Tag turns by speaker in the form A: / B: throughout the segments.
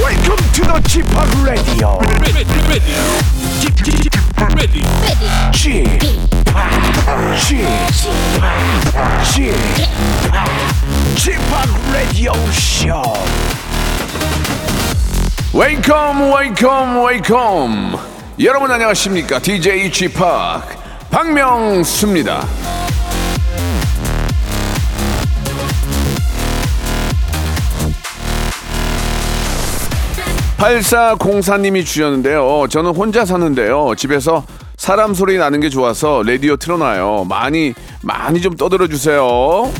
A: Welcome to the g p o p Radio.
B: ready, ready, ready, ready.
A: g p o p g p o p g p o p Radio Show.
C: 웨이컴 웨이컴 웨이컴 여러분 안녕하십니까 DJ g p o p 박명수입니다 (8404님이) 주셨는데요 저는 혼자 사는데요 집에서 사람 소리 나는 게 좋아서 라디오 틀어놔요 많이 많이 좀 떠들어 주세요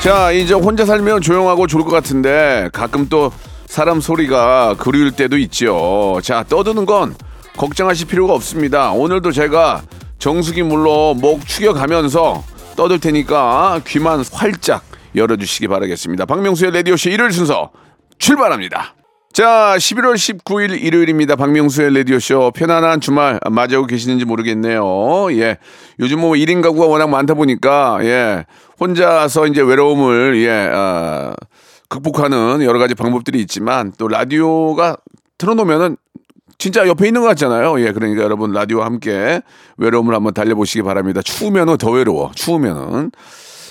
C: 자 이제 혼자 살면 조용하고 좋을 것 같은데 가끔 또 사람 소리가 그리울 때도 있죠 자 떠드는 건 걱정하실 필요가 없습니다 오늘도 제가 정수기 물로 목 축여가면서 떠들 테니까 귀만 활짝 열어주시기 바라겠습니다 박명수의 라디오쇼 일요일 순서 출발합니다 자 11월 19일 일요일입니다 박명수의 라디오쇼 편안한 주말 맞이하고 계시는지 모르겠네요 예 요즘 뭐 1인 가구가 워낙 많다 보니까 예 혼자서 이제 외로움을 예 아, 극복하는 여러 가지 방법들이 있지만 또 라디오가 틀어놓으면은 진짜 옆에 있는 것 같잖아요. 예, 그러니까 여러분 라디오와 함께 외로움을 한번 달려보시기 바랍니다. 추우면은 더 외로워. 추우면은.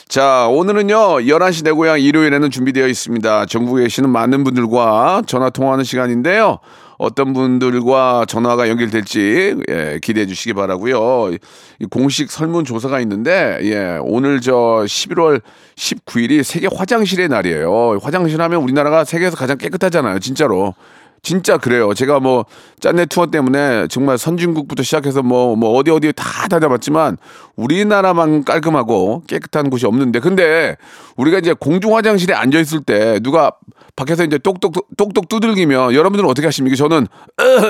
C: 자, 오늘은요, 11시 내 고향 일요일에는 준비되어 있습니다. 전국에 계시는 많은 분들과 전화 통화하는 시간인데요. 어떤 분들과 전화가 연결될지 예, 기대해 주시기 바라고요. 이 공식 설문조사가 있는데 예, 오늘 저 11월 19일이 세계 화장실의 날이에요. 화장실 하면 우리나라가 세계에서 가장 깨끗하잖아요. 진짜로. 진짜 그래요. 제가 뭐 짠내 투어 때문에 정말 선진국부터 시작해서 뭐 뭐 어디 어디 다 다녀봤지만 우리나라만 깔끔하고 깨끗한 곳이 없는데 근데 우리가 이제 공중 화장실에 앉아 있을 때 누가 밖에서 이제 똑똑 똑똑 두들기면 여러분들은 어떻게 하십니까? 저는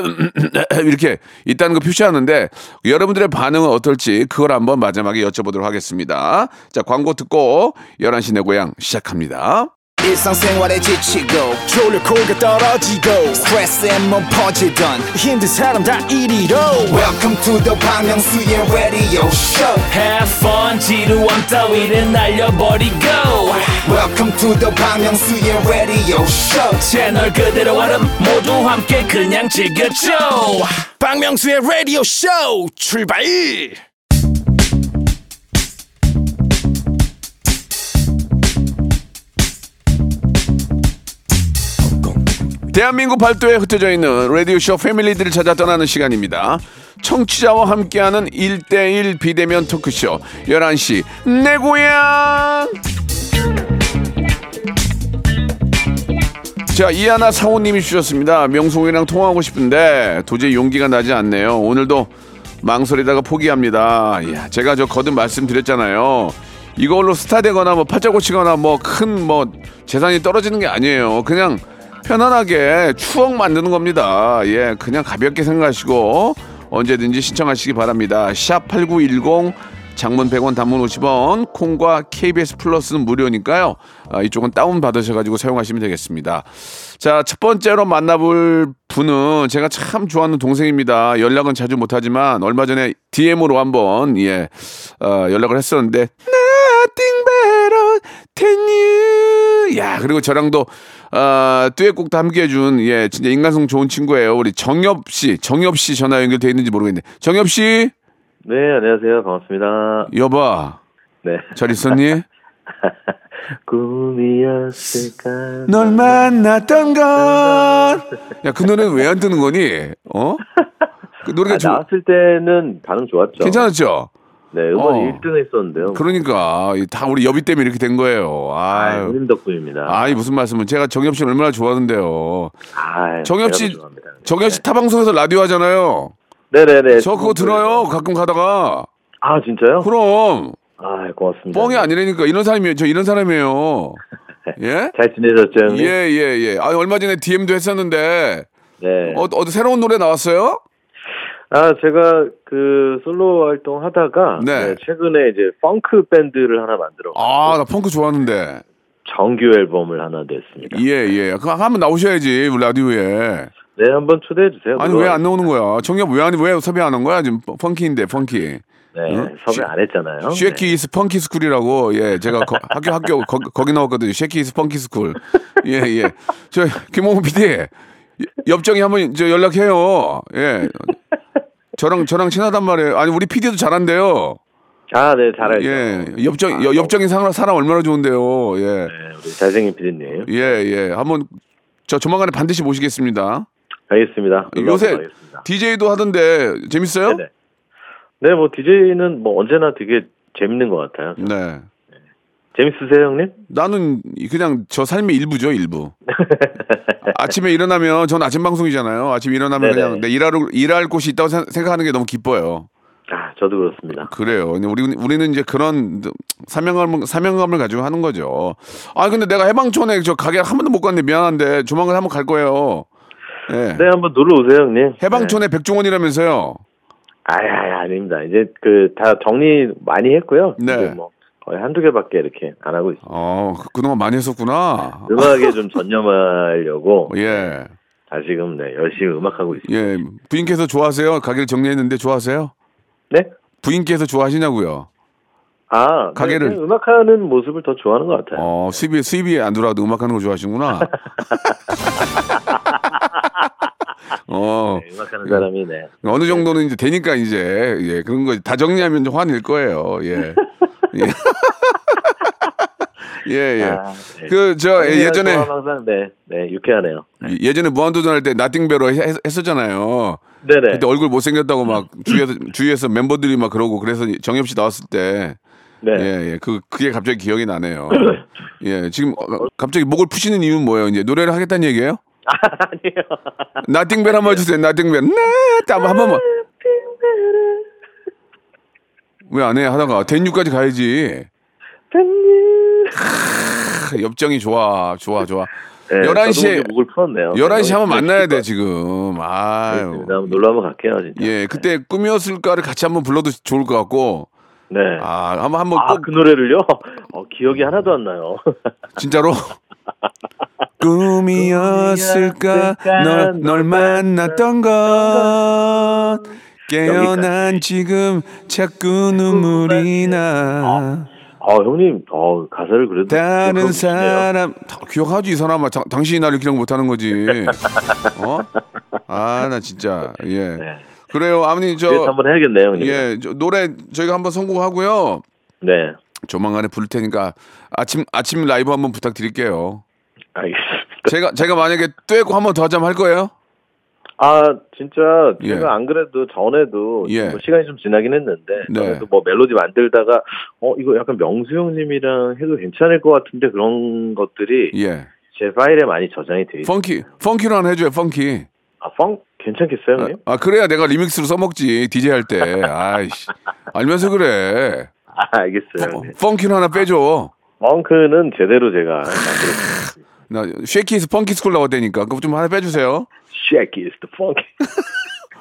C: 이렇게 있다는 거 표시하는데 여러분들의 반응은 어떨지 그걸 한번 마지막에 여쭤보도록 하겠습니다. 자 광고 듣고 11시 내 고향 시작합니다.
D: 일상생활에 지치고,
A: 졸려 코가 떨어지고
D: 스트레스에 몸 퍼지던,
A: 힘든 사람 다 이리로.
D: welcome to the Bang Myung-soo's radio show
E: Have fun 지루함 따위를 날려버리고
D: welcome to the Bang Myung-soo's radio show
E: 채널 그대로 얼음 모두 함께 그냥 즐겨줘
A: 박명수의 라디오 쇼 출발.
C: 대한민국 발도에 흩어져 있는 라디오쇼 패밀리들을 찾아 떠나는 시간입니다. 청취자와 함께하는 1대1 비대면 토크쇼 11시 내 고향 자 이하나 상호님이 주셨습니다. 명수홍이랑 통화하고 싶은데 도저히 용기가 나지 않네요. 오늘도 망설이다가 포기합니다. 이야, 제가 저 거듭 말씀드렸잖아요. 이걸로 스타 되거나 뭐 팔자고치거나 뭐 큰 뭐 재산이 떨어지는 게 아니에요. 그냥 편안하게 추억 만드는 겁니다. 예, 그냥 가볍게 생각하시고 언제든지 신청하시기 바랍니다. 샵8910 장문 100원 단문 50원 콩과 KBS 플러스는 무료니까요. 아, 이쪽은 다운 받으셔가지고 사용하시면 되겠습니다. 자, 첫 번째로 만나볼 분은 제가 참 좋아하는 동생입니다. 연락은 자주 못하지만 얼마 전에 DM으로 한번 예 어, 연락을 했었는데 네, Nothing better than you. 야 그리고 저랑도 어, 듀엣곡도 함께해준 예 진짜 인간성 좋은 친구예요. 우리 정엽 씨, 정엽 씨 전화 연결돼 있는지 모르겠는데 정엽 씨
F: 네, 안녕하세요. 반갑습니다.
C: 여봐
F: 네.
C: 잘 있었니?
F: 꿈이었을까?
C: 널 만났던 건야그 노래는 왜 안 뜨는 거니? 어? 그 노래가
F: 아,
C: 좋
F: 나왔을 때는 반응 좋았죠.
C: 괜찮았죠?
F: 네, 음원
C: 어.
F: 1등 했었는데요.
C: 그러니까 이다 우리 여비 때문에 이렇게 된 거예요.
F: 아,
C: 아유.
F: 형님 덕분입니다.
C: 아이 무슨 말씀은 제가 정엽 씨 얼마나 좋아하는데요.
F: 아,
C: 정엽 씨- 정엽 씨 타방송에서 라디오 하잖아요.
F: 네, 네, 네.
C: 저 그거 들어요. 가끔 가다가.
F: 아, 진짜요?
C: 그럼
F: 아, 고맙습니다.
C: 뻥이 아니라니까 이런 사람이에요. 저 이런 사람이에요. 예?
F: 잘 지내셨죠, 형님?
C: 예, 예, 예. 아, 얼마 전에 DM도 했었는데
F: 네.
C: 어, 어 새로운 노래 나왔어요?
F: 아, 제가 그 솔로 활동 하다가
C: 네.
F: 네, 최근에 이제 펑크 밴드를 하나 만들어
C: 아, 나 펑크 좋아하는데.
F: 정규 앨범을 하나 냈습니다.
C: 예, 예. 그럼 한번 나오셔야지 우리 라디오에.
F: 네, 한번 초대해 주세요.
C: 아니
F: 그거.
C: 왜 안 나오는 거야? 정엽 왜안왜 섭외 안 한 거야? 지금 펑키인데 펑키.
F: 네,
C: 응?
F: 섭외 안 했잖아요.
C: 쉐키 이스 펑키 스쿨이라고 예 제가 거- 학교 학교 거, 기 나왔거든요 쉐키 이스 펑키 스쿨 예 예 저 김홍훈 PD 옆정이 한번 저 연락해요 예 저랑 저랑 친하단 말이에요 아니 우리 PD도 잘한대요
F: 네. 아, 네, 잘 알죠.
C: 예 옆정 옆- 옆정이 사람, 사람 얼마나 좋은데요 예
F: 네, 우리 잘생긴 피디님.
C: 예, 예. 한번 저 조만간에 반드시 모시겠습니다.
F: 알겠습니다.
C: 요새
F: 알겠습니다.
C: DJ도 하던데 재밌어요?
F: 네네. 네, 뭐 DJ는 뭐 언제나 되게 재밌는 것 같아요.
C: 네.
F: 재밌으세요, 형님?
C: 나는 그냥 저 삶의 일부죠, 일부. 아침에 일어나면 전 아침 방송이잖아요. 아침에 일어나면
F: 네네.
C: 그냥 내 일할 일할 곳이 있다고 생- 생각하는 게 너무 기뻐요.
F: 아, 저도 그렇습니다.
C: 그래요. 근데 우리 우리는 이제 그런 사명감 사명감을 가지고 하는 거죠. 아 근데 내가 해방촌에 저 가게 한 번도 못 갔는데 미안한데 조만간 한번 갈 거예요. 예.
F: 네, 한번 놀러 오세요, 형님. 네.
C: 해방촌에 백종원이라면서요.
F: 아이, 아이, 아닙니다. 이제 그 다 정리 많이 했고요.
C: 네.
F: 이제 뭐 거의 한두 개밖에 이렇게 안 하고 있습니다.
C: 어, 그동안 많이 했었구나.
F: 음악에 좀 전념하려고
C: 예.
F: 다시금 네, 열심히 음악하고 있습니다.
C: 예. 부인께서 좋아하세요? 가게를 정리했는데 좋아하세요?
F: 네?
C: 부인께서 좋아하시냐고요?
F: 아,
C: 가게를-
F: 네, 네, 음악하는 모습을 더 좋아하는 것 같아요.
C: 어, 수입이 수입이 안 들어와도 음악하는 거 좋아하시는구나. 어.
F: 네, 음악하는 사람이 네.
C: 어느 정도는 이제 되니까 이제 예, 그런 거 다 정리하면 이제 화낼 거예요. 예. 예. 예, 예.
F: 아, 네.
C: 그 저 예전에
F: 저와 항상 네, 네, 유쾌하네요.
C: 예전에 무한도전 할 때 나띵베러 했- 했었잖아요.
F: 네네. 음.
C: 그때 얼굴 못생겼다고 막 주위에서, 주위에서 멤버들이 막 그러고 그래서 정엽 씨 나왔을 때
F: 네.
C: 예, 예. 그 그게 갑자기 기억이 나네요. 예. 지금 어, 갑자기 목을 푸시는 이유는 뭐예요? 이제 노래를 하겠다는 얘기예요?
F: 아니요.
C: 나띵벨 한번 주세요. 나띵벨. 네. 한번 한 번만. 왜 안 해? 하다가 된유까지 가야지. 크, 옆정이 좋아. 좋아, 좋아.
F: 네,
C: 11시에
F: 저도 목을 풀었네요.
C: 11시 하면 만나야 돼,
F: 지
C: 지금. 아유.
F: 한번 놀러 한번 갈게요, 진짜.
C: 예, 그때 꿈이었을까를 같이 한번 불러도 좋을 것 같고.
F: 네. 아,
C: 아, 한번 한번 꼭
F: 그 노래를요? 어, 기억이 하나도 안 나요.
C: 진짜로 꿈이었을까 널, 널 만났던 건 깨어난 지금 자꾸 눈물이 나 어,
F: 아, 형님, 어, 가사를 그래도
C: 다른
F: 기억하고
C: 사람 다 기억하지 이 사람아 자- 당신이 나를 기억 못하는 거지 어? 아 나 진짜 예
F: 계시네요. 네.
C: 그래요 아버님
F: 그래서
C: 저
F: 한번 해야겠네요, 형님.
C: 예, 저 노래 저희가 한번 선곡하고요.
F: 네.
C: 조만간에 부를 테니까 아침 아침 라이브 한번 부탁드릴게요.
F: 알겠습니다.
C: 제가 제가 만약에 떼고 한번 더 하자면 할 거예요.
F: 아, 진짜
C: 예.
F: 제가 안 그래도 전에도
C: 예.
F: 뭐 시간이 좀 지나긴 했는데
C: 네.
F: 전에도 뭐 멜로디 만들다가 어, 이거 약간 명수 형님이랑 해도 괜찮을 것 같은데 그런 것들이
C: 예.
F: 제 파일에 많이 저장이 돼 있어요.
C: 펑키 펑키로 하나 해줘요 펑키
F: 아, 펑 괜찮겠어요,
C: 아,
F: 형님?
C: 아, 그래야 내가 리믹스로 써먹지 DJ 할 때 아이씨 알면서 그래
F: 아, 알겠어요.
C: 펑-
F: 형님.
C: 펑키로 하나 빼줘
F: 펑크는 제대로 제가 만들었어요.
C: 나 쉐키스 펑키 스쿨 나왔다니까 그거 좀 하나 빼주세요
F: Shake is the funky.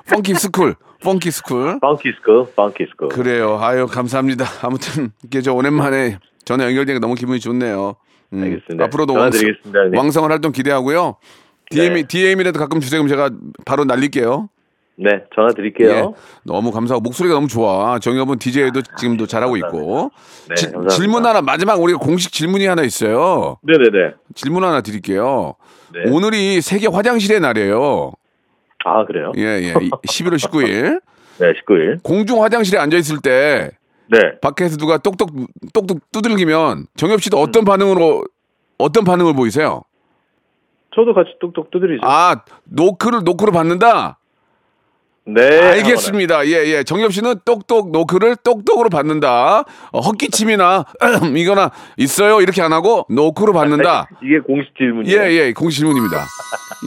C: 펑키 스쿨 펑키 스쿨
F: funky school, funky school.
C: 그래요 아유 감사합니다 아무튼 이게 저 오랜만에 전화 연결되니까 너무 기분이 좋네요 음,
F: 알겠습니다.
C: 앞으로도
F: 전화
C: 왕성,
F: 드리겠습니다, 형님.
C: 왕성한 활동 기대하고요 DM,
F: 네.
C: DM이라도 가끔 주세요 그럼 제가 바로 날릴게요
F: 네, 전화 드릴게요.
C: 예, 너무 감사하고 목소리가 너무 좋아. 정엽은 DJ도 지금도 잘하고 있고.
F: 네,
C: 지-
F: 감사합니다.
C: 질문 하나 마지막 우리가 공식 질문이 하나 있어요.
F: 네네네.
C: 질문 하나 드릴게요.
F: 네.
C: 오늘이 세계 화장실의 날이에요.
F: 아, 그래요?
C: 예, 예. 이- 11월 19일
F: 네, 19일.
C: 공중 화장실에 앉아 있을 때
F: 네.
C: 밖에서 누가 똑똑 똑똑 두들기면 정엽 씨도
F: 음.
C: 어떤 반응으로 어떤 반응을 보이세요?
F: 저도 같이 뚝뚝 두드리죠.
C: 아, 노크를 노크로 받는다.
F: 네.
C: 알겠습니다. 예, 예. 정엽 씨는 똑똑 노크를 똑똑으로 받는다. 어, 헛기침이나 이거나 있어요. 이렇게 안 하고 노크로 받는다.
F: 하거나. 네, 이게 공식
C: 예,
F: 질문이에요.
C: 예. 공식 질문입니다.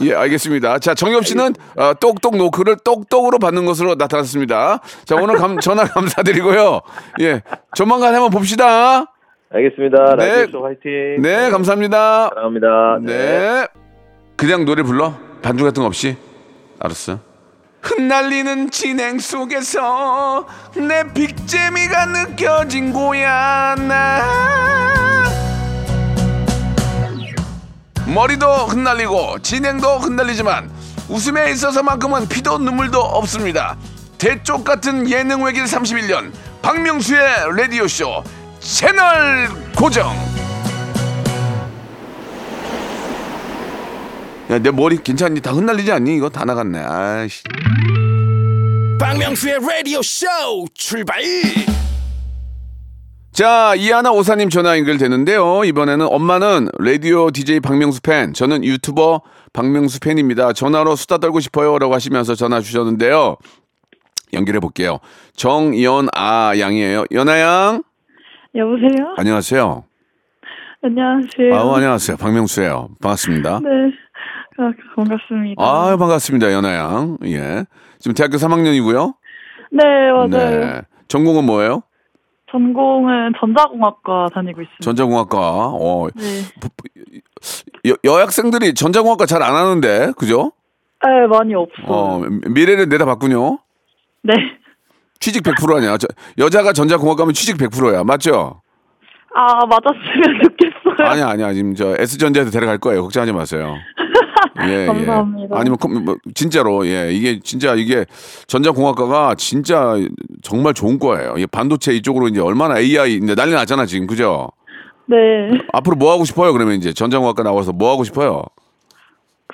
C: 예, 알겠습니다. 자, 정엽 씨는 어, 똑똑 노크를 똑똑으로 받는 것으로 나타났습니다. 자, 오늘 감- 전화 감사드리고요. 예. 조만간 한번 봅시다.
F: 알겠습니다.
C: 네.
F: 라디오쇼 화이팅.
C: 네, 감사합니다.
F: 사랑합니다.
C: 네. 그냥 노래 불러? 반주 같은 거 없이? 알았어. 흩날리는 진행 속에서 내 빅재미가 느껴진 거야 나 머리도 흩날리고 진행도 흩날리지만 웃음에 있어서만큼은 피도 눈물도 없습니다 대쪽 같은 예능 외길 31년 박명수의 라디오쇼 채널 고정. 야, 내 머리 괜찮니? 다 흩날리지 않니? 이거 다 나갔네. 아이씨.
A: 박명수의 라디오 쇼 출발
C: 자, 이하나 오사님 전화 연결되는데요. 이번에는 엄마는 라디오 DJ 박명수 팬, 저는 유튜버 박명수 팬입니다. 전화로 수다 떨고 싶어요. 라고 하시면서 전화 주셨는데요. 연결해 볼게요. 정연아 양이에요. 연아 양.
G: 여보세요?
C: 안녕하세요.
G: 안녕하세요.
C: 아, 아우, 안녕하세요. 박명수예요. 반갑습니다.
G: 네. 아, 반갑습니다.
C: 아, 반갑습니다. 연아 양. 예. 지금 대학교 3학년이고요.
G: 네, 맞아요.
C: 전공은 뭐예요?
G: 전공은 전자공학과 다니고 있습니다.
C: 전자공학과. 어.
G: 네.
C: 여, 여학생들이 전자공학과 잘 안 하는데. 그죠?
G: 네, 많이 없어요.
C: 어, 미래를 내다봤군요.
G: 네.
C: 취직 100% 아니야. 저- 여자가 전자공학 가면 취직 100%야. 맞죠?
G: 아, 맞았으면 좋겠어요.
C: 아니야, 아니야. 지금 저 S전자에도 데려갈 거예요. 걱정하지 마세요. 예,
G: 감사합니다.
C: 예. 아니면 컴- 뭐, 진짜로 예. 이게 진짜 이게 전자공학과가 진짜 정말 좋은 거예요. 이 반도체 이쪽으로 이제 얼마나 AI 이제 난리 났잖아, 지금. 그죠?
G: 네.
C: 앞으로 뭐 하고 싶어요? 그러면 이제 전자공학과 나와서 뭐 하고 싶어요?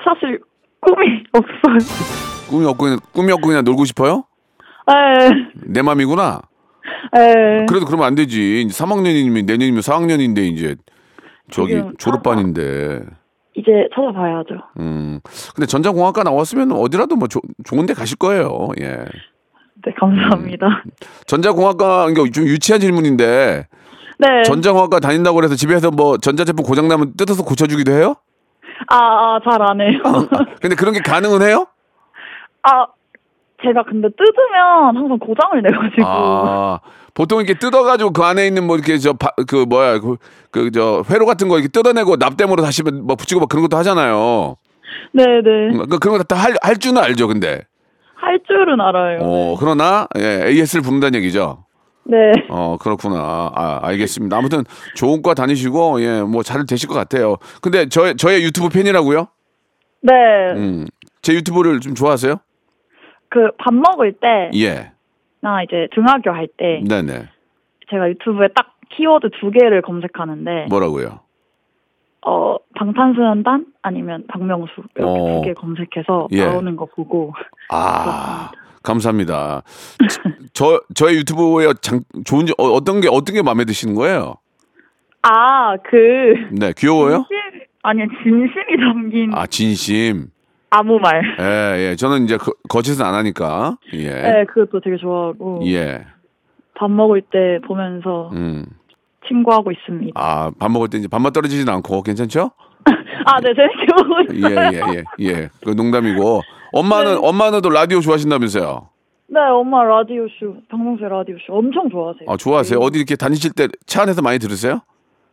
G: 사실 꿈이 없어요.
C: 꿈이 없고 그냥, 꿈이 없고 그냥 놀고 싶어요?
G: 네.
C: 내 맘이구나.
G: 네.
C: 그래도 그러면 안 되지. 이제 3학년이면 내년이면 4학년인데 이제 저기
G: 지금
C: 졸업반인데.
G: 이제 찾아봐야죠.
C: 음. 근데 전자공학과 나왔으면 어디라도 뭐 조- 좋은 데 가실 거예요. 예.
G: 네, 감사합니다.
C: 음, 전자공학과 그러니까 좀 유치한 질문인데
G: 네.
C: 전자공학과 다닌다고 그래서 집에서 뭐 전자제품 고장 나면 뜯어서 고쳐 주기도 해요?
G: 아, 아, 잘 안 해요.
C: 근데 그런 게 가능은 해요?
G: 아, 제가 근데 뜯으면 항상 고장을 내가지고.
C: 아. 보통 이렇게 뜯어 가지고 그 안에 있는 뭐 이렇게 저 그 뭐야 그 저 회로 같은 거 이렇게 뜯어내고 납땜으로 다시 뭐 붙이고 막 그런 것도 하잖아요.
G: 네, 네.
C: 그러니까 그런 거 다 할 할 줄은 알죠, 근데.
G: 할 줄은 알아요.
C: 어, 그러나 예, AS를 부른다는 얘기죠.
G: 네.
C: 어, 그렇구나. 아, 알겠습니다. 아무튼 좋은 과 다니시고 예, 뭐 잘 되실 것 같아요. 근데 저 저의 유튜브 팬이라고요?
G: 네.
C: 음. 제 유튜브를 좀 좋아하세요?
G: 그 밥 먹을 때나
C: 예.
G: 이제 등하교 할 때
C: 네, 네.
G: 제가 유튜브에 딱 키워드 두 개를 검색하는데
C: 뭐라고요?
G: 어 방탄소년단 아니면 박명수 이렇게
C: 어.
G: 두 개 검색해서
C: 예.
G: 나오는 거 보고
C: 아. 감사합니다. 저 저의 유튜브의 장 좋은 점- 어, 어떤 게 어떤 게 마음에 드시는 거예요?
G: 아, 아그
C: 네, 귀여워요?
G: 진심 아니 진심이 담긴
C: 아, 진심.
G: 아무 말.
C: 예, 예. 저는 이제 거, 거짓은 안 하니까. 예.
G: 네, 그것도 되게 좋아하고
C: 예.
G: 밥 먹을 때 보면서
C: 음.
G: 친구하고 있습니다.
C: 아, 밥 먹을 때 이제 밥맛 떨어지진 않고 괜찮죠?
G: 아, 네, 재밌게 보고
C: 예,
G: 있어요.
C: 예, 예. 예. 그 농담이고. 엄마는 엄마는 또 라디오 좋아하신다면서요.
G: 네, 엄마 라디오 쇼, 박명수 라디오 쇼 엄청 좋아하세요.
C: 아, 좋아하세요? 어디 이렇게 다니실 때 차 안에서 많이 들으세요?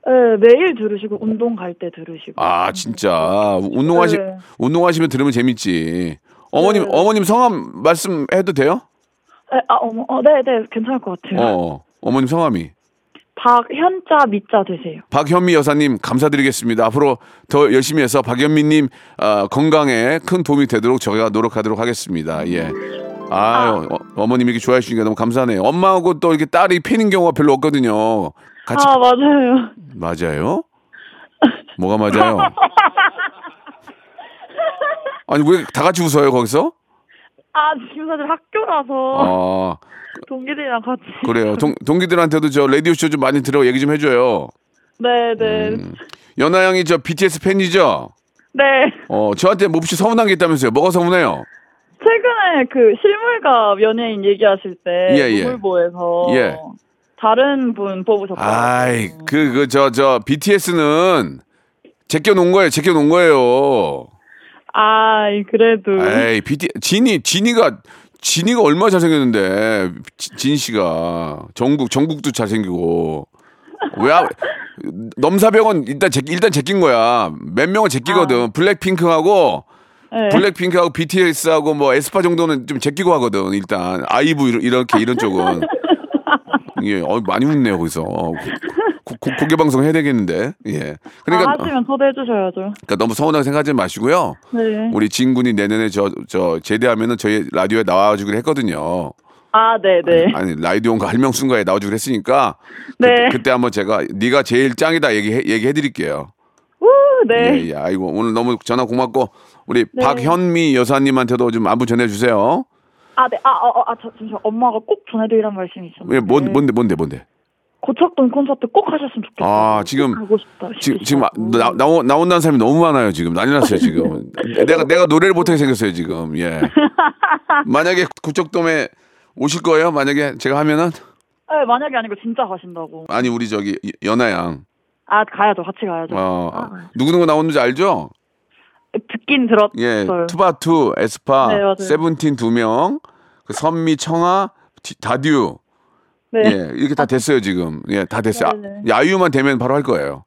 G: 네, 매일 들으시고 운동 갈 때 들으시고.
C: 아, 진짜. 운동하시
G: 네.
C: 운동하시면 들으면 재밌지. 어머님
G: 네.
C: 어머님 성함 말씀해도 돼요?
G: 네, 아, 어머, 어, 네, 네, 괜찮을 것 같아요.
C: 어. 어. 어머님 성함이
G: 박현자 밑자 되세요.
C: 박현미 여사님 감사드리겠습니다. 앞으로 더 열심히 해서 박현미님 아, 건강에 큰 도움이 되도록 저희가 노력하도록 하겠습니다. 예. 아유 어, 머님이 이렇게 좋아해 주니까 너무 감사하네요. 엄마하고 또 이렇게 딸이 팬인 경우가 별로 없거든요. 같이
G: 아, 맞아요.
C: 맞아요? 뭐가 맞아요? 아니 왜 다 같이 웃어요 거기서?
G: 아, 지금 사실 학교라서
C: 아
G: 동기들이랑 같이.
C: 그래요. 동, 동기들한테도 저 라디오 쇼 좀 많이 들어 얘기 좀 해줘요.
G: 네, 네.
C: 음. 연아 양이 저 BTS 팬이죠?
G: 네.
C: 어 저한테 몹시 서운한 게 있다면서요? 뭐가 서운해요?
G: 최근에 그 실물갑 연예인 얘기하실 때.
C: 예, 예.
G: 동물보에서.
C: 예.
G: 다른 분 뽑으셨어요.
C: 아이 그 그 저 저 BTS는 제껴 놓은 거예요. 제껴 놓은 거예요.
G: 아이, 그래도.
C: 에이 BT 진이 진이가 진이가 얼마 나 잘생겼는데 지- 진 씨가 정국 정국도 잘생기고 왜 아- 넘사벽은 일단 제, 일단 제낀 거야. 몇 명은 제끼거든. 블랙핑크하고
G: 네.
C: 블랙핑크하고 BTS하고 뭐 에스파 정도는 좀 제끼고 하거든. 일단 아이브 이러- 이렇게 이런 쪽은 예, 어, 많이 웃네요 거기서 어, 고, 고, 공개 방송 해야 되겠는데 예.
G: 아,
C: 그러니까,
G: 하시면 초대해주셔야죠.
C: 그러니까 너무 서운하게 생각하지 마시고요.
G: 네.
C: 우리 진군이 내년에 저 저 제대하면은 저희 라디오에 나와주기로 했거든요.
G: 아, 네네.
C: 아니 라이디온과 할명순가에 나오지고 했으니까
G: 네.
C: 그때 한번 제가 네가 제일 짱이다 얘기 얘기해 드릴게요.
G: 우, 네.
C: 예, 예. 아이고 오늘 너무 전화 고맙고 우리
G: 네.
C: 박현미 여사님한테도 좀 안부 전해 주세요.
G: 아, 네. 아, 어, 어, 아, 저, 잠시만. 엄마가 꼭 전해드리란 말씀이 있었는데.
C: 예, 뭔 뭔데 뭔데 뭔데.
G: 고척동 콘서트 꼭 하셨으면 좋겠어요.
C: 아, 지금-
G: 가고 싶다.
C: 지금 지금 아,
G: 싶으시다고.
C: 나, 나오, 나온다는 사람이 너무 많아요 지금 난리 났어요 지금
G: 네.
C: 내가 내가 노래를 못하게 생겼어요 지금 예 만약에 구척돔에 오실 거예요 만약에 제가 하면은
G: 네, 만약에 아니고 진짜 가신다고.
C: 아니 우리 저기 연아양
G: 아, 가야죠. 같이 가야죠.
C: 어
G: 아.
C: 누구 누구 나오는지 알죠
G: 듣긴 들었어요.
C: 예 투바투 에스파
G: 네, 맞아요.
C: 세븐틴 두명 그 선미 청아 디- 다듀
G: 네.
C: 예 이렇게 다 됐어요 지금 예 다 됐어요 아,
G: 네네.
C: 야유만 되면 바로 할 거예요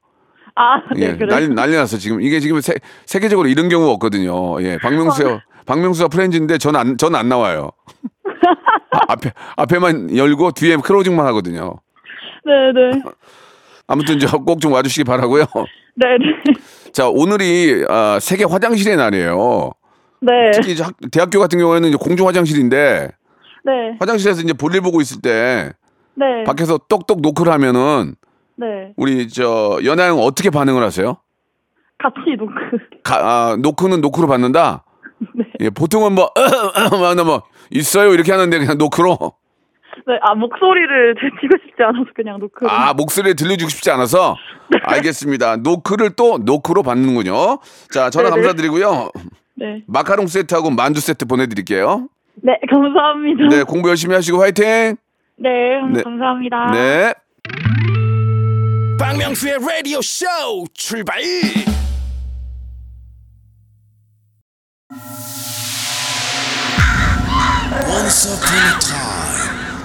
G: 아,
C: 예,
G: 네. 그래.
C: 난리 난리 났어 지금 이게 지금 세, 세계적으로 이런 경우 없거든요. 예,
G: 어, 네.
C: 박명수 박명수가 프렌즈인데 전 안 전 안 나와요. 아, 앞에 앞에만 열고 뒤에 크로징만 하거든요.
G: 네네.
C: 아무튼 저 꼭 좀 와주시기 바라고요.
G: 네네.
C: 자 오늘이 아, 세계 화장실의 날이에요.
G: 네.
C: 특히 이제 학- 대학교 같은 경우에는 이제 공중 화장실인데
G: 네.
C: 화장실에서 이제 볼일 보고 있을 때
G: 네.
C: 밖에서 똑똑 노크를 하면은
G: 네.
C: 우리 저 연하영 어떻게 반응을 하세요?
G: 같이 노크.
C: 가, 아, 노크는 노크로 받는다. 예, 보통은 뭐, 뭐, 뭐, 있어요 이렇게 하는데 그냥 노크로.
G: 네. 아, 목소리를 들키고 싶지 않아서 그냥 노크.
C: 아 목소리를 들려주고 싶지 않아서. 알겠습니다. 노크를 또 노크로 받는군요. 자 전화
G: 네네.
C: 감사드리고요.
G: 네.
C: 마카롱 세트하고 만두 세트 보내드릴게요.
G: 네, 감사합니다.
C: 네 공부 열심히 하시고 화이팅.
G: 네,
C: 네.
G: 감사합니다.
C: 네.
A: 박명수의 라디오 쇼 출발 Once upon a time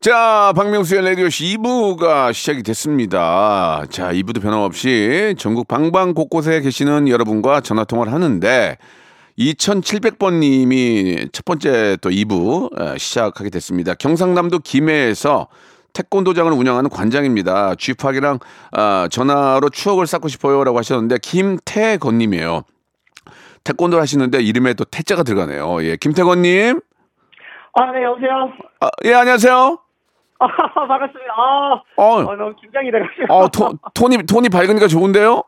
C: 자, 박명수의 라디오 씨 2부가 시작이 됐습니다. 자, 2부도 변함없이 전국 방방 곳곳에 계시는 여러분과 전화통화를 하는데 2700번님이 첫 번째 또 2부 시작하게 됐습니다. 경상남도 김해에서 태권도장을 운영하는 관장입니다. 쥐팍이랑 아, 전화로 추억을 쌓고 싶어요 라고 하셨는데 김태건님이에요. 태권도를 하시는데 이름에 또 태자가 들어가네요. 예, 김태건님.
H: 아, 네, 여보세요?
C: 아, 예, 안녕하세요.
H: 아, 반갑습니다. 아,
C: 어,
H: 어, 너무 긴장이 돼가지고.
C: 어, 토, 톤이, 톤이 밝으니까 좋은데요?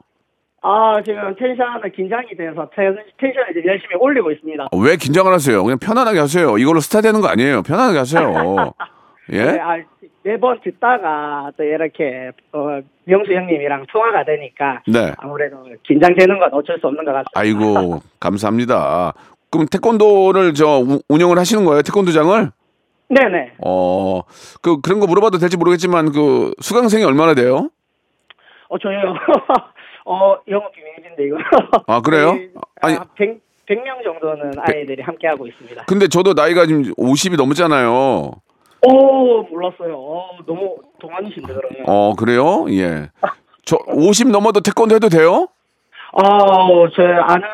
H: 아, 지금 텐션은 긴장이 돼서 텐- 텐션을 이제 열심히 올리고 있습니다.
C: 어, 왜 긴장을 하세요? 그냥 편안하게 하세요. 이걸로 스타 되는 거 아니에요. 편안하게 하세요.
H: 네,
C: 예?
H: 아, 매번 듣다가 또 이렇게 어, 명수 형님이랑 통화가 되니까
C: 네.
H: 아무래도 긴장되는 건 어쩔 수 없는 것 같습니다.
C: 아이고, 감사합니다. 그럼 태권도를 저 우- 운영을 하시는 거예요? 태권도장을?
H: 네네.
C: 어, 그, 그런 거 물어봐도 될지 모르겠지만, 그, 수강생이 얼마나 돼요?
H: 어, 저요. 어, 영업 비밀인데 이거.
C: 아, 그래요?
H: 저희,
C: 아니.
H: 아, 100, 명 정도는 아이들이 함께하고 있습니다.
C: 근데 저도 나이가 지금 50이 넘었잖아요. 그
H: 오, 몰랐어요. 어, 너무 동안이신데 그러면.
C: 어, 그래요? 예. 저 50 넘어도 태권도 해도 돼요?
H: 어, 제 아는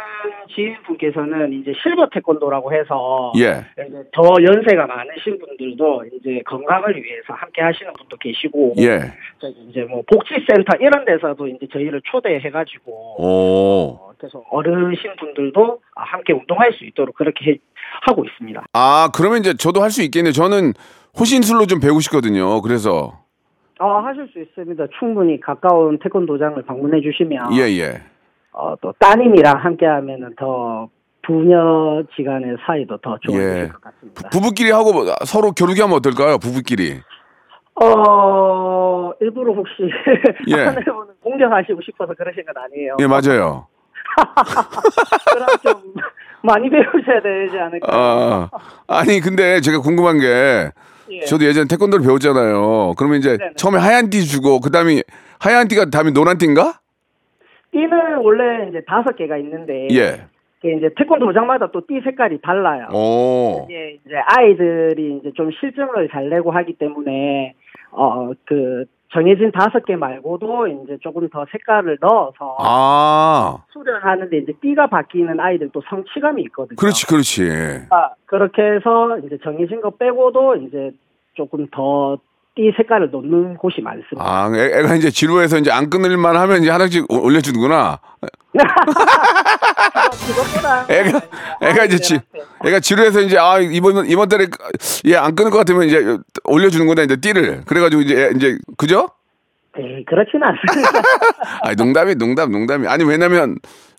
H: 지인분께서는 이제 실버 태권도라고 해서
C: 예.
H: 이제 더 연세가 많으신 분들도 이제 건강을 위해서 함께 하시는 분도 계시고
C: 예.
H: 저희 이제 뭐 복지센터 이런 데서도 이제 저희를 초대해가지고
C: 오.
H: 어, 그래서 어르신 분들도 아, 함께 운동할 수 있도록 그렇게 해- 하고 있습니다.
C: 아, 그러면 이제 저도 할 수 있겠네요. 저는 호신술로 좀 배우고 싶거든요. 그래서
H: 어, 하실 수 있습니다. 충분히 가까운 태권도장을 방문해 주시면
C: 예, 예.
H: 어, 또 따님이랑 함께 하면은 더 부녀 지간의 사이도 더 좋아질
C: 예.
H: 것 같습니다.
C: 부부끼리 하고 뭐, 서로 겨루기 하면 어떨까요? 부부끼리.
H: 어, 일부러 혹시
C: 예.
H: 아내분을 공격하시고 싶어서 그러신 건 아니에요.
C: 예, 맞아요.
H: 그럼 좀 많이 배우셔야 되지 않을까.
C: 아, 아니 근데 제가 궁금한 게
H: 예.
C: 저도 예전에 태권도를 배웠잖아요. 그러면 이제
H: 네네.
C: 처음에 하얀 띠 주고 그다음에 하얀 띠가 다음에 노란 띠인가?
H: 띠는 원래 이제 다섯 개가 있는데
C: 예. 어.
H: 그게 이제 태권도 도장마다 또 띠 색깔이 달라요.
C: 오.
H: 이게 이제 아이들이 이제 좀 실증을 잘 내고 하기 때문에 어 그 정해진 다섯 개 말고도 이제 조금 더 색깔을 넣어서
C: 아,
H: 수련하는데 이제 띠가 바뀌는 아이들도 성취감이 있거든요.
C: 그렇지, 그렇지.
H: 아, 그렇게 해서 이제 정해진 거 빼고도 이제 조금 더 띠 색깔을 놓는 곳이 많습니다.
C: 아, 애- 애가 이제 지루해서 이제 안 끊을만 하면 이제 하나씩 오- 올려주는구나.
H: 그것보다
C: 애가,
H: 아,
C: 애가
H: 네,
C: 이제 지, 애가 지루해서 이제 아 이번 이번 달에 예, 얘안 끊을 것 같으면 이제 올려주는구나 이제 띠를. 그래가지고 이제 애- 이제 그죠?
H: 네, 그렇진 않습니다.
C: 아 농담이 농담 농담이 아니 왜냐면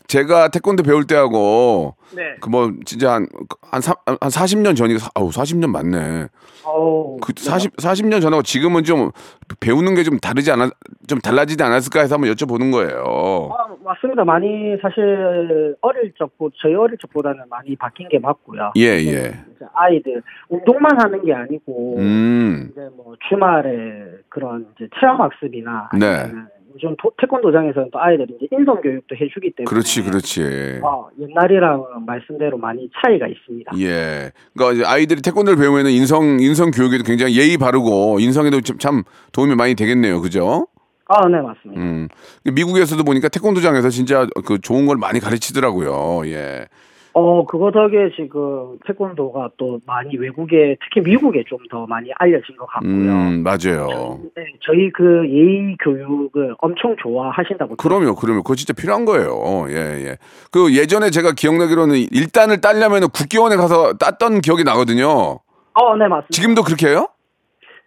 C: 제가 태권도 배울 때하고
H: 네.
C: 그 뭐 진짜 한한 한 40년 전이 아우 40년 맞네.
H: 어우,
C: 그 40, 40년 전하고 지금은 좀 배우는 게 좀 다르지 않아 좀 달라지지 않았을까 해서 한번 여쭤보는 거예요.
H: 아, 맞습니다. 많이 사실 어릴 적보 저희 어릴 적보다는 많이 바뀐 게 맞고요.
C: 예, 예.
H: 이제 아이들 운동만 하는 게 아니고
C: 음.
H: 이제 뭐 주말에 그런 이제 체험 학습이나
C: 네.
H: 아니면 요즘 도- 태권도장에서는 또 아이들이 이제 인성 교육도 해주기 때문에
C: 그렇지, 그렇지.
H: 어, 옛날이랑 말씀대로 많이 차이가 있습니다.
C: 예. 그러니까 이제 아이들이 태권도를 배우면은 인성 인성 교육에도 굉장히 예의 바르고 인성에도 참, 참 도움이 많이 되겠네요. 그죠?
H: 아, 네 맞습니다.
C: 음. 미국에서도 보니까 태권도장에서 진짜 그 좋은 걸 많이 가르치더라고요. 예.
H: 어 그거 덕에 지금 태권도가 또 많이 외국에 특히 미국에 좀 더 많이 알려진 것 같고요.
C: 음, 맞아요.
H: 네, 저희 그 예의 교육을 엄청 좋아하신다고.
C: 그럼요, 그럼요. 그거 진짜 필요한 거예요. 예, 예. 그 예전에 제가 기억나기로는 일단을 따려면 국기원에 가서 땄던 기억이 나거든요.
H: 어, 네 맞습니다.
C: 지금도 그렇게 해요?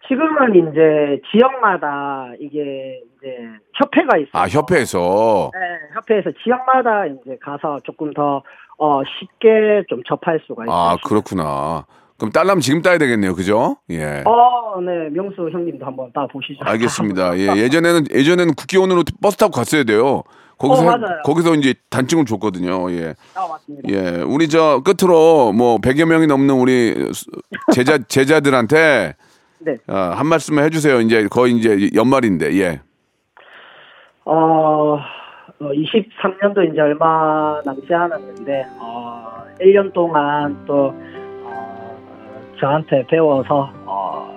H: 지금... 은 이제 지역마다 이게 이제 협회가 있어요.
C: 아, 협회에서.
H: 네, 협회에서 지역마다 이제 가서 조금 더 어, 쉽게 좀 접할 수가 있어요.
C: 아, 그렇구나. 그럼 딸라면 지금 따야 되겠네요. 그죠? 예.
H: 어, 네 명수 형님도 한번 따 보시죠.
C: 알겠습니다. 예, 예전에는 예전에는 국기원으로 버스 타고 갔어야 돼요. 거기서
H: 어, 맞아요.
C: 거기서 이제 단증을 줬거든요. 예.
H: 아 맞습니다.
C: 예, 우리 저 끝으로 뭐 100여 명이 넘는 우리 수- 제자 제자들한테
H: 네.
C: 어, 한 말씀을 해 주세요. 이제 거의 이제 연말인데. 예.
H: 어, 23년도 이제 얼마 남지 않았는데, 어, 1년 동안 또, 어, 저한테 배워서, 어,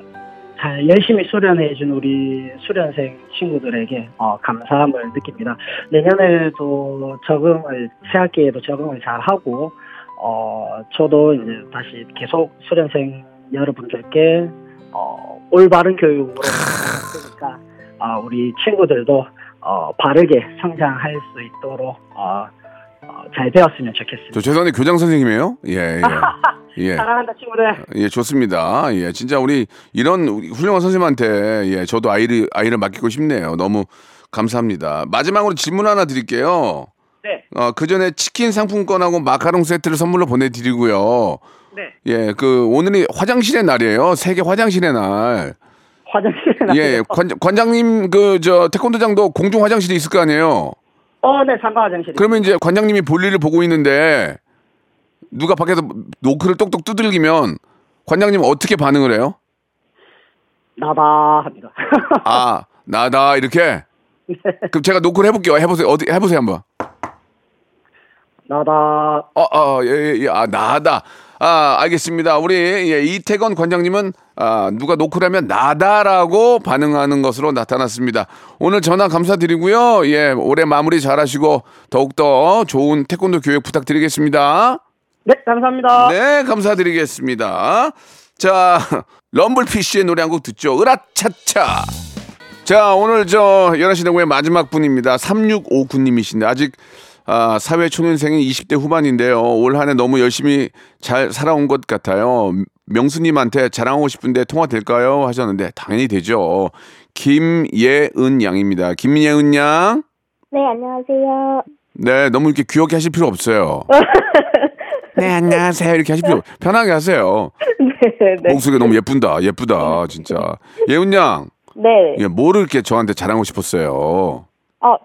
H: 잘 열심히 수련해준 우리 수련생 친구들에게, 어, 감사함을 느낍니다. 내년에도 적응을, 새학기에도 적응을 잘 하고, 어, 저도 이제 다시 계속 수련생 여러분들께, 어, 올바른 교육으로, 그러니까, 어, 우리 친구들도 어, 바르게 성장할 수 있도록 어, 어, 잘 되었으면 좋겠습니다.
C: 저 죄송한데 교장 선생님이에요? 예, 예. 예.
H: 사랑한다 친구들.
C: 예, 좋습니다. 예, 진짜 우리 이런 우리 훌륭한 선생님한테 예, 저도 아이를 아이를 맡기고 싶네요. 너무 감사합니다. 마지막으로 질문 하나 드릴게요.
H: 네.
C: 어, 그 전에 치킨 상품권하고 마카롱 세트를 선물로 보내드리고요.
H: 네.
C: 예, 그 오늘이 화장실의 날이에요. 세계 화장실의 날.
H: 화장실에
C: 예, 예, 관, 관장님 그 저 태권도장도 공중 화장실이 있을 거 아니에요.
H: 어, 네, 상가 화장실.
C: 그러면 이제 관장님이 볼일을 보고 있는데 누가 밖에서 노크를 똑똑 두들기면 관장님 어떻게 반응을 해요?
H: 나다 합니다.
C: 아 나다 이렇게 그럼 제가 노크를 해볼게요 해보세요 어디 해보세요 한번
H: 나다.
C: 어, 어어예예아 나다 아 알겠습니다 우리 예, 이태건 관장님은 아 누가 노크를 하면 나다라고 반응하는 것으로 나타났습니다 오늘 전화 감사드리고요 예 올해 마무리 잘하시고 더욱더 좋은 태권도 교육 부탁드리겠습니다
H: 네, 감사합니다.
C: 네 감사드리겠습니다 자 럼블피쉬의 노래 한 곡 듣죠 으라차차 자, 오늘 저 11시 대구의 마지막 분입니다. 3659님이신데 아직 아, 사회 초년생인 20대 후반인데요. 올 한 해 너무 열심히 잘 살아온 것 같아요. 명수님한테 자랑하고 싶은데 통화 될까요? 하셨는데 당연히 되죠. 김예은 양입니다. 김예은 양.
I: 네, 안녕하세요.
C: 네, 너무 이렇게 귀엽게 하실 필요 없어요. 네, 안녕하세요. 이렇게 하실 필요 없- 편하게 하세요.
I: 네, 네.
C: 목소리가 너무 예쁜다. 예쁘다. 진짜. 예은 양.
I: 네.
C: 예, 뭐를 이렇게 저한테 자랑하고 싶었어요?
I: 아,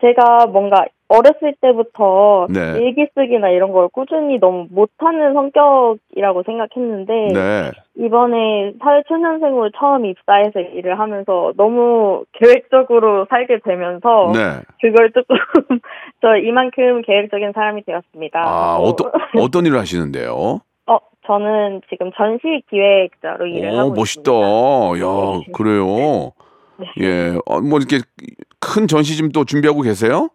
I: 제가 뭔가 어렸을 때부터
C: 네.
I: 일기 쓰기나 이런 걸 꾸준히 너무 못하는 성격이라고 생각했는데
C: 네.
I: 이번에 사회초년생으로 처음 입사해서 일을 하면서 너무 계획적으로 살게 되면서
C: 네.
I: 그걸 조금 저 이만큼 계획적인 사람이 되었습니다.
C: 아,
I: 그리고-
C: 어떤 어떤 일을 하시는데요?
I: 어, 저는 지금 전시 기획자로 일을
C: 오,
I: 하고
C: 멋있다.
I: 있습니다. 네.
C: 야, 그래요. 예, 어, 뭐 이렇게 큰 전시 지금 또 준비하고 계세요?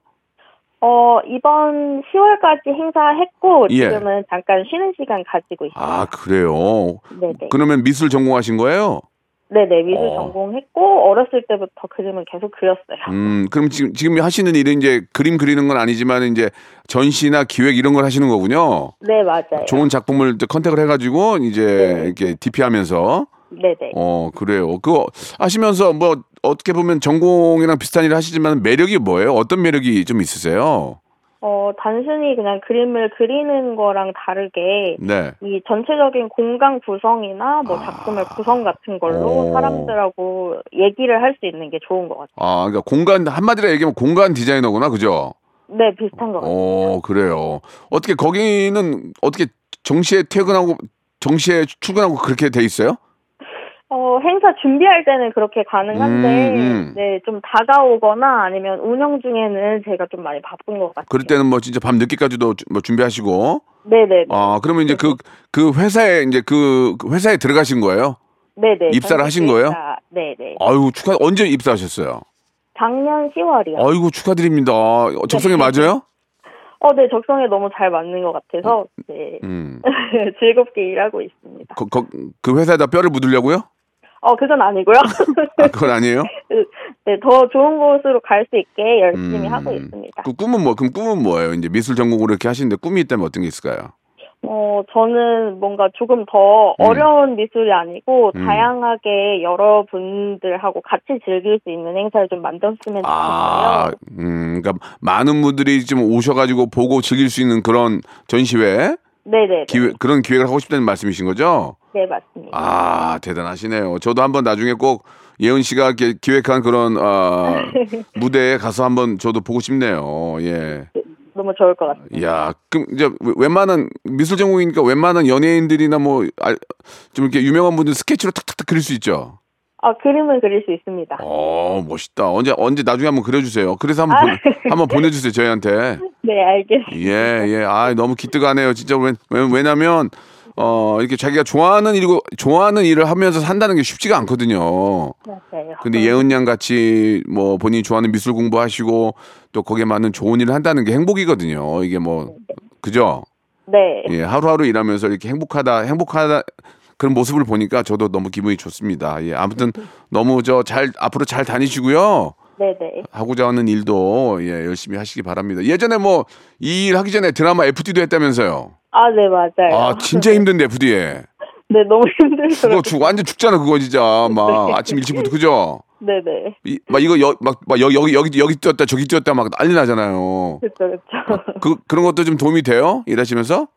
I: 어, 이번 10월까지 행사했고,
C: 예.
I: 지금은 잠깐 쉬는 시간 가지고 있어요.
C: 아 그래요.
I: 네네.
C: 그러면 미술 전공하신 거예요?
I: 네네, 미술
C: 어.
I: 전공했고, 어렸을 때부터 그림을 계속 그렸어요.
C: 음, 그럼 지금 지금 하시는 일은 이제 그림 그리는 건 아니지만 이제 전시나 기획 이런 걸 하시는 거군요.
I: 네, 맞아요.
C: 좋은 작품을 이제 컨택을 해가지고 이제 이렇게 DP하면서
I: 네네.
C: 어 그래요. 그거 하시면서 뭐 어떻게 보면 전공이랑 비슷한 일을 하시지만 매력이 뭐예요? 어떤 매력이 좀 있으세요?
I: 어, 단순히 그냥 그림을 그리는 거랑 다르게,
C: 네.
I: 이 전체적인 공간 구성이나
C: 아.
I: 뭐 작품의 구성 같은 걸로
C: 오.
I: 사람들하고 얘기를 할 수 있는 게 좋은 것 같아요.
C: 아, 그러니까 공간 한마디로 얘기하면 공간 디자이너구나, 그죠?
I: 네, 비슷한 것 같아요.
C: 어, 그래요. 어떻게 거기는 어떻게 정시에 퇴근하고 정시에 출근하고 그렇게 돼 있어요?
I: 어, 행사 준비할 때는 그렇게 가능한데,
C: 음, 음.
I: 네, 좀 다가오거나 아니면 운영 중에는 제가 좀 많이 바쁜 것 같아요.
C: 그럴 때는 뭐 진짜 밤 늦게까지도 주- 뭐 준비하시고
I: 네네.
C: 아 그러면 이제 그 그 회사에 이제 그그 회사에 들어가신 거예요?
I: 네네.
C: 입사를 하신 거예요?
I: 전국대회사. 네네.
C: 아유 축하 언제 입사하셨어요?
I: 작년 10월이요. 어,
C: 아이고 축하드립니다. 어, 적성에 맞아요?
I: 네, 적성에 너무 잘 맞는 것 같아서, 네.
C: 음.
I: 즐겁게 일하고 있습니다.
C: 거- 거- 그 회사에다 뼈를 묻으려고요?
I: 어, 그건 아니고요.
C: 아, 그건 아니에요?
I: 네, 더 좋은 곳으로 갈 수 있게 열심히
C: 음.
I: 하고 있습니다.
C: 그 꿈은 뭐 그럼 꿈은 뭐예요? 이제 미술 전공으로 이렇게 하시는데 꿈이 있다면 어떤 게 있을까요?
I: 어, 저는 뭔가 조금 더
C: 음.
I: 어려운 미술이 아니고
C: 음.
I: 다양하게 여러분들하고 같이 즐길 수 있는 행사를 좀 만들었으면 좋겠어요.
C: 아, 음, 그러니까 많은 분들이 좀 오셔가지고 보고 즐길 수 있는 그런 전시회
I: 네네.
C: 기회 그런 기획을 하고 싶다는 말씀이신 거죠?
I: 네, 맞습니다.
C: 아 대단하시네요. 저도 한번 나중에 꼭 예은 씨가 이렇게 기획한 그런 아, 무대에 가서 한번 저도 보고 싶네요. 예.
I: 너무 좋을 것 같아요.
C: 네. 야, 그럼 이제 웬만한 미술 전공이니까 웬만한 연예인들이나 뭐 좀 이렇게 유명한 분들 스케치로 탁탁탁 그릴 수 있죠.
I: 아, 그림은 그릴 수 있습니다.
C: 어, 멋있다. 언제 언제 나중에 한번 그려주세요. 그래서 한번
I: 아.
C: 보내, 한번 보내주세요 저희한테.
I: 네, 알겠습니다.
C: 예, 예. 아, 너무 기특하네요. 진짜 왜, 왜 왜냐면 어 이렇게 자기가 좋아하는 일이고 좋아하는 일을 하면서 산다는 게 쉽지가 않거든요.
I: 맞아요.
C: 근데 예은 양 같이 뭐 본인이 좋아하는 미술 공부하시고 또 거기에 맞는 좋은 일을 한다는 게 행복이거든요. 이게 뭐 그죠?
I: 네.
C: 예, 하루하루 일하면서 이렇게 행복하다, 행복하다 그런 모습을 보니까 저도 너무 기분이 좋습니다. 예, 아무튼 너무 저 잘 앞으로 잘 다니시고요.
I: 네네.
C: 하고자 하는 일도 예, 열심히 하시기 바랍니다. 예전에 뭐 이 일 하기 전에 드라마 FD도 했다면서요.
I: 아, 네, 맞아요.
C: 아, 진짜 힘든데 FD에.
I: 네, 너무 힘들더라고요.
C: 그거 죽 완전 죽잖아 그거 진짜
I: 네.
C: 막 아침 일찍부터 그죠?
I: 네네.
C: 이, 막 이거 여, 막, 막 여기 여기 여기 여기 뛰었다 저기 뛰었다 막 난리 나잖아요.
I: 그쵸, 그쵸.
C: 그 그런 것도 좀 도움이 돼요 일하시면서?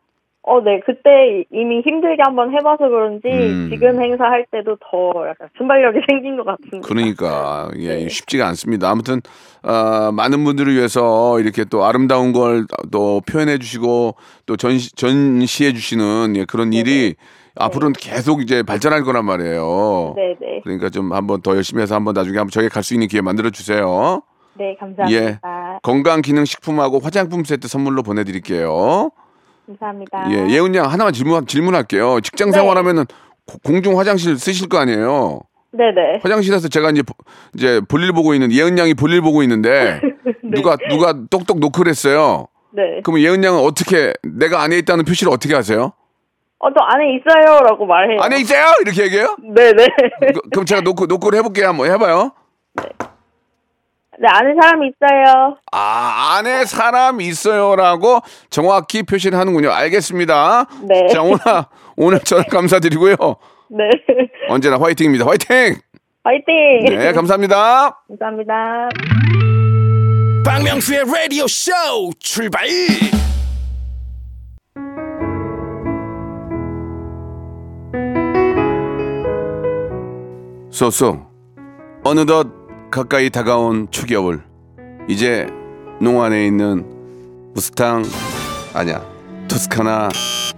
I: 어, 네. 그때 이미 힘들게 한번 해봐서 그런지
C: 음.
I: 지금 행사할 때도 더 약간 순발력이 생긴 것 같습니다.
C: 그러니까
I: 네.
C: 예 쉽지가 않습니다. 아무튼 아, 많은 분들을 위해서 이렇게 또 아름다운 걸 또 표현해 주시고 또 전시 전시해 주시는 예,
I: 네,
C: 그런 일이 앞으로는 계속 이제 발전할 거란 말이에요.
I: 네네.
C: 그러니까 좀 한번 더 열심히 해서 한번 나중에 한번 저희 갈 수 있는 기회 만들어 주세요.
I: 네, 감사합니다.
C: 예. 건강 기능 식품하고 화장품 세트 선물로 보내 드릴게요.
I: 감사합니다.
C: 예, 예은 양 하나만 질문 질문할게요. 직장
I: 아. 네.
C: 생활하면은 고- 공중 화장실 쓰실 거 아니에요?
I: 네네.
C: 화장실에서 제가 이제 보- 이제 볼일 보고 있는 예은 양이 볼일 보고 있는데 누가 누가 똑똑 노크를 했어요.
I: 네.
C: 그럼 예은 양은 어떻게 내가 안에 있다는 표시를 어떻게 하세요?
I: 어, 저 안에 있어요라고 말해요.
C: 안에 있어요 이렇게 얘기해요?
I: 네. 네네.
C: 그, 그럼 제가 노크 노크를 해볼게요. 한번 해봐요.
I: 네, 아는 사람 있어요.
C: 아 안에 사람 있어요라고 정확히 표시를 하는군요. 알겠습니다.
I: 네.
C: 자 오늘 오늘 저랑 감사드리고요.
I: 네.
C: 언제나 화이팅입니다. 화이팅.
I: 화이팅!
C: 네 감사합니다.
I: 감사합니다.
A: 박명수의 라디오 쇼 출발!
C: 소소 어느덧 가까이 다가온 초겨울 이제 농안에 있는 무스탕 아니야 토스카나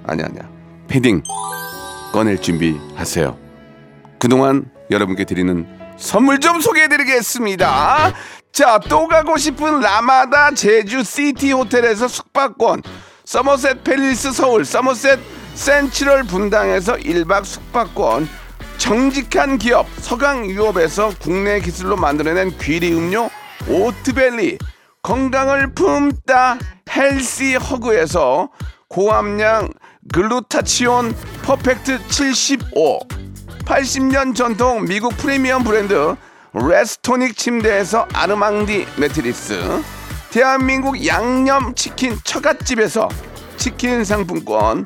C: 아니야 아니야 패딩 꺼낼 준비하세요 그동안 여러분께 드리는 선물 좀 소개해드리겠습니다 자 또 가고 싶은 라마다 제주시티 호텔에서 숙박권 서머셋 팰리스 서울 서머셋 센츄럴 분당에서 1박 숙박권 정직한 기업 서강유업에서 국내 기술로 만들어낸 귀리 음료 오트벨리 건강을 품다 헬시 허그에서 고함량 글루타치온 퍼펙트 75 80년 전통 미국 프리미엄 브랜드 레스토닉 침대에서 아르망디 매트리스 대한민국 양념치킨 처갓집에서 치킨 상품권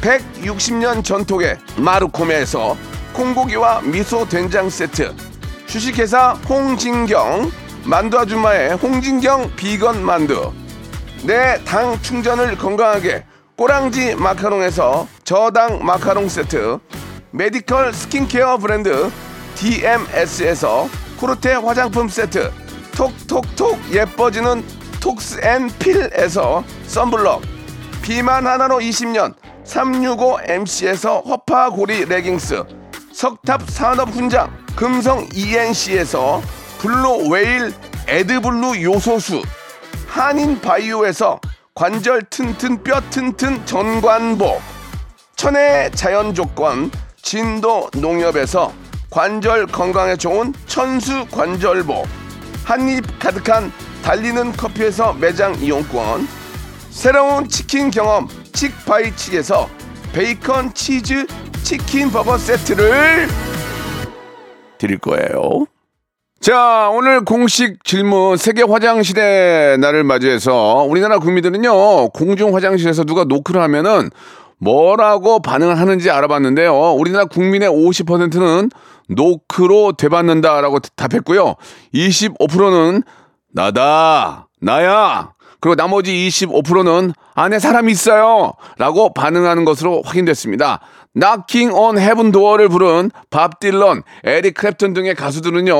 C: 160년 전통의 마루코메에서 콩고기와 미소 된장 세트 주식회사 홍진경 만두 아줌마의 홍진경 비건 만두 내 당 충전을 건강하게 꼬랑지 마카롱에서 저당 마카롱 세트 메디컬 스킨케어 브랜드 DMS에서 코르테 화장품 세트 톡톡톡 예뻐지는 톡스앤필에서 썬블럭 비만 하나로 20년 365MC에서 허파고리 레깅스 석탑 산업훈장 금성 ENC에서 블루웨일 에드블루 요소수 한인바이오에서 관절 튼튼 뼈 튼튼 전관보 천혜의 자연 조건 진도 농협에서 관절 건강에 좋은 천수 관절보 한입 가득한 달리는 커피에서 매장 이용권 새로운 치킨 경험 칙바이칙에서 베이컨 치즈 치킨 버거 세트를 드릴 거예요. 자, 오늘 공식 질문 세계 화장실의 날을 맞이해서 우리나라 국민들은요. 공중 화장실에서 누가 노크를 하면은 뭐라고 반응을 하는지 알아봤는데요. 우리나라 국민의 50%는 노크로 되받는다라고 답했고요. 25%는 나다. 나야. 그리고 나머지 25%는 안에 사람이 있어요. 라고 반응하는 것으로 확인됐습니다. Knocking on Heaven Door를 부른 밥 딜런, 에릭 크랩튼 등의 가수들은요,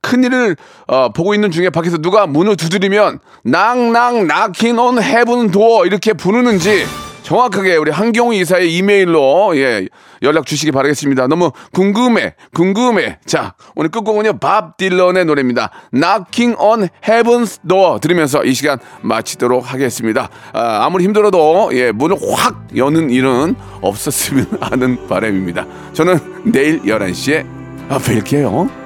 C: 큰일을 어, 보고 있는 중에 밖에서 누가 문을 두드리면, 낭낭 Knocking on Heaven Door 이렇게 부르는지, 정확하게 우리 한경우 이사의 이메일로 예, 연락 주시기 바라겠습니다. 너무 궁금해, 궁금해. 자, 오늘 끝곡은요, 밥 딜런의 노래입니다. Knocking on Heaven's Door 들으면서 이 시간 마치도록 하겠습니다. 아, 아무리 힘들어도 예, 문을 확 여는 일은 없었으면 하는 바람입니다. 저는 내일 11시에 아, 뵐게요.